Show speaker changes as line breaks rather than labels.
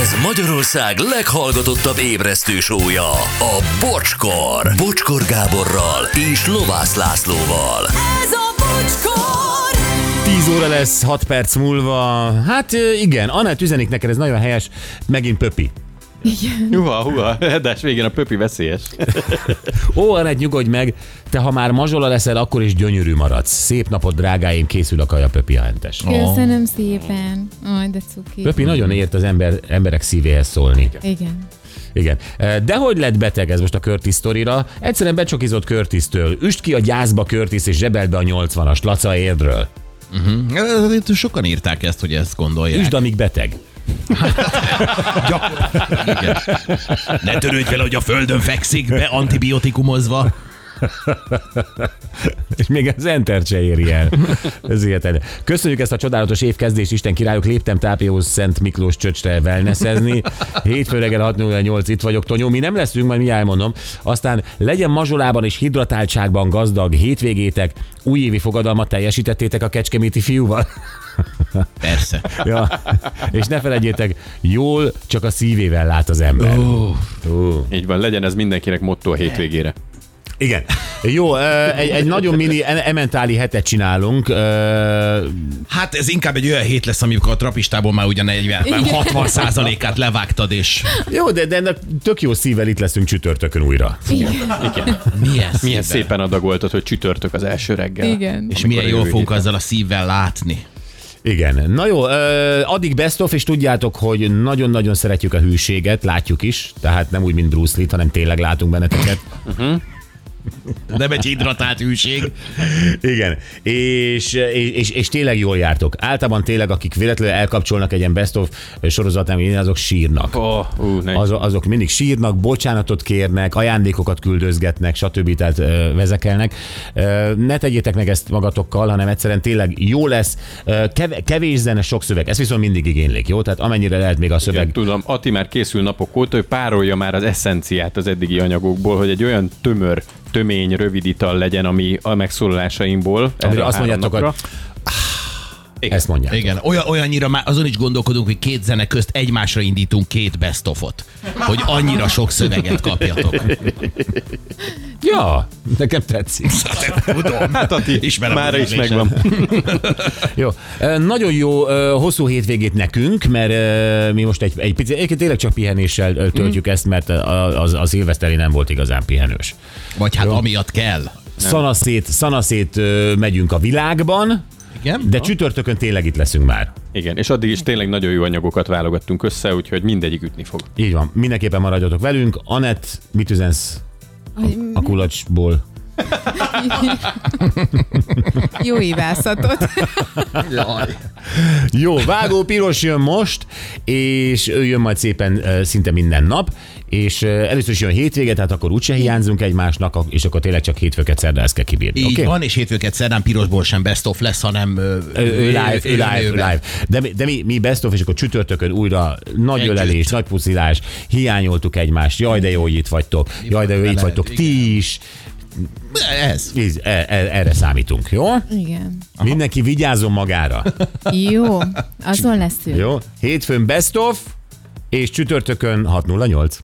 Ez Magyarország leghallgatottabb ébresztő sója, a Bocskor. Bocskor Gáborral és Lovász Lászlóval.
Ez a bocskor!
10 óra lesz, 6 perc múlva. Hát ö, igen, Anett üzenik neked, ez nagyon helyes, megint pöpi.
Juha, huha, edás végén a pöpi veszélyes.
Ó, Anett, nyugodj meg, te ha már mazsola leszel, akkor is gyönyörű maradsz. Szép napot, drágáim, készül a kaja pöpi a hentes.
Köszönöm szépen. Aj, de cuki.
Pöpi nagyon ért az ember, emberek szívéhez szólni.
Igen.
Igen. De hogy lett beteg ez most a Curtis sztorira? Egyszerűen becsokizott Curtis-től. Üst ki a gyászba Curtis és zsebeld be a 80-as Laca érdről.
Mhm. Itt Sokan írták ezt, hogy ezt gondolják.
Üsd, amíg beteg.
Igen. Ne törődj vele, hogy a földön fekszik, be antibiotikumozva.
És még az enter se éri el. Ez hihetetlen. Köszönjük ezt a csodálatos évkezdést, Isten királyok. Léptem tápióhoz Szent Miklós csöcsre wellnessezni. Hétfő reggel 608 itt vagyok, Tonyó. Mi nem leszünk, majd mi elmondom. Aztán legyen mazsolában és hidratáltságban gazdag hétvégétek. Újévi fogadalmat teljesítettétek a kecskeméti fiúval.
Persze.
ja. És ne felejtjétek, jól csak a szívével lát az ember. Ó.
Így van, legyen ez mindenkinek motto a hétvégére.
Igen. Jó, ö, egy, egy nagyon mini em- ementáli hetet csinálunk. Ö,
Hát ez inkább egy olyan hét lesz, amikor a trapistából már ugyan 40, már 60 százalékát levágtad, és
Jó, de, de ennek tök jó szívvel itt leszünk csütörtökön újra.
milyen,
Milyen szépen adagoltad, hogy csütörtök az első reggel.
Igen.
És milyen
Amikor
jól
jövő
fogunk
héten.
azzal a szívvel látni.
Igen. Na jó, ö, addig best of, és tudjátok, hogy nagyon-nagyon szeretjük a hűséget, látjuk is, tehát nem úgy, mint Bruce Lee, hanem tényleg látunk benneteket.
Nem egy hidratált hűség.
Igen. És, és, és, és tényleg jól jártok. Általában tényleg, akik véletlenül elkapcsolnak egy ilyen best of sorozatnál, azok sírnak.
Ó, ú, ne.
Az, azok mindig sírnak, bocsánatot kérnek, ajándékokat küldözgetnek, stb. Tehát ö, vezekelnek. Ö, ne tegyétek meg ezt magatokkal, hanem egyszerűen tényleg jó lesz. Ö, kev- kevés zene, sok szöveg. Ezt viszont mindig igénylik, jó? Tehát amennyire lehet még a
Én
szöveg.
tudom, Ati már készül napok óta, hogy párolja már az eszenciát az eddigi anyagokból, hogy egy olyan tömör, tömény, rövid ital legyen, ami a megszólalásaimból. erre
Amire
a
azt
három
mondjátok, hogy
napra.
ezt mondják.
Igen, olyan, olyannyira már azon is gondolkodunk, hogy két zene közt egymásra indítunk két bestofot, hogy annyira sok szöveget kapjatok.
Ja, nekem tetszik.
Tudom.
Hát Ati,
Ismerem
már
az
is
ízlésen.
megvan.
Jó. Ö, Nagyon jó ö, hosszú hétvégét nekünk, mert ö, mi most egy, egy picit, egyébként tényleg csak pihenéssel ö, töltjük
Mhm.
ezt, mert a- az, az szilveszteri nem volt igazán pihenős.
Vagy hát amiatt kell.
Szanaszét, szanaszét ö, megyünk a világban,
Igen?
de csütörtökön tényleg itt leszünk már.
Igen, és addig is tényleg nagyon jó anyagokat válogattunk össze, úgyhogy mindegyik ütni fog.
Így van, mindenképpen maradjatok velünk. Anett, mit üzensz a kulacsból?
Jó évászatot.
Jó, Vágó Piros jön most, és ő jön majd szépen ö, szinte minden nap, és ö, először is jön hétvége, tehát akkor úgyse hiányzunk egymásnak, ak- és akkor tényleg csak hétfőket szerdán ezt kell kibírni.
Így
oké?
okay. van, és hétfőket szerdán pirosból sem best of lesz, hanem ö,
Ö, ö, live,
ö,
ő live,
élőben.
live. De, mi- de mi, mi best of, és akkor csütörtökön újra nagy
Együtt.
ölelés, nagy puszilás, hiányoltuk egymást, jaj de jó, hogy itt vagytok, jaj de jó, itt
veled?
vagytok ti is,
Ez.
Így, e- e- erre számítunk, jó?
Igen.
Mindenki vigyázzon magára,
Jó, azon leszünk.
jó? Hétfőn best of, és csütörtökön 608.